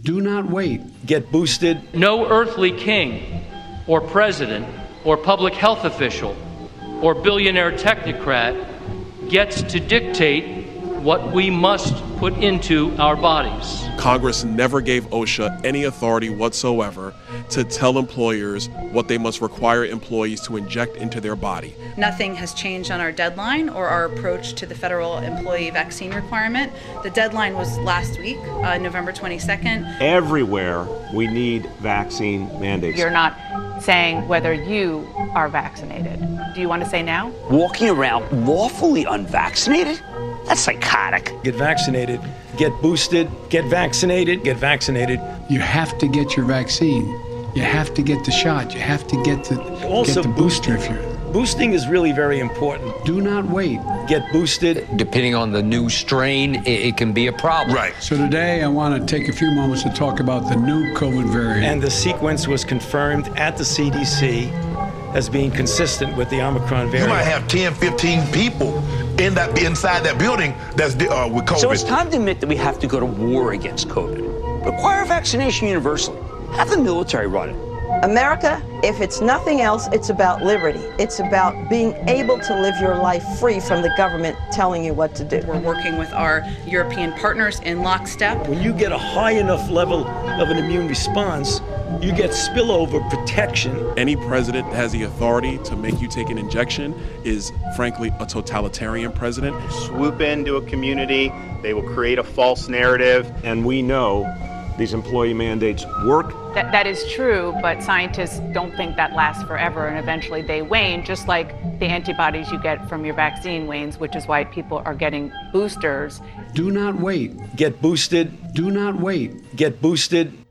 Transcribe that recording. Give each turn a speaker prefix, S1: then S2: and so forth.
S1: Do not wait.
S2: Get boosted.
S3: No earthly king or president or public health official or billionaire technocrat gets to dictate what we must put into our bodies.
S4: Congress never gave OSHA any authority whatsoever to tell employers what they must require employees to inject into their body.
S5: Nothing has changed on our deadline or our approach to the federal employee vaccine requirement. The deadline was last week, uh, November 22nd.
S6: Everywhere we need vaccine mandates.
S7: You're not saying whether you are vaccinated. Do you want to say now?
S8: Walking around lawfully unvaccinated? That's psychotic.
S2: Get vaccinated, get boosted, get vaccinated, get vaccinated.
S1: You have to get your vaccine. You have to get the shot. You have to get the,
S2: Also
S1: get the booster if you're.
S2: Boosting is really very important.
S1: Do not wait.
S2: Get boosted.
S9: Depending on the new strain, it, it can be a problem.
S4: Right.
S1: So today I want to take a few moments to talk about the new COVID variant.
S2: And the sequence was confirmed at the CDC as being consistent with the Omicron
S10: You
S2: variant.
S10: might have 10, 15 people in that inside that building that's uh, with COVID.
S8: So it's time to admit that we have to go to war against COVID. Require vaccination universally. Have the military run it.
S11: America, if it's nothing else, it's about liberty. It's about being able to live your life free from the government telling you what to do.
S5: We're working with our European partners in lockstep.
S2: When you get a high enough level of an immune response, you get spillover protection.
S4: Any president that has the authority to make you take an injection is, frankly, a totalitarian president.
S12: swoop into a community. They will create a false narrative.
S6: And we know these employee mandates work.
S7: That, that is true, but scientists don't think that lasts forever and eventually they wane, just like the antibodies you get from your vaccine wanes, which is why people are getting boosters.
S1: Do not wait.
S2: Get boosted.
S1: Do not wait.
S2: Get boosted.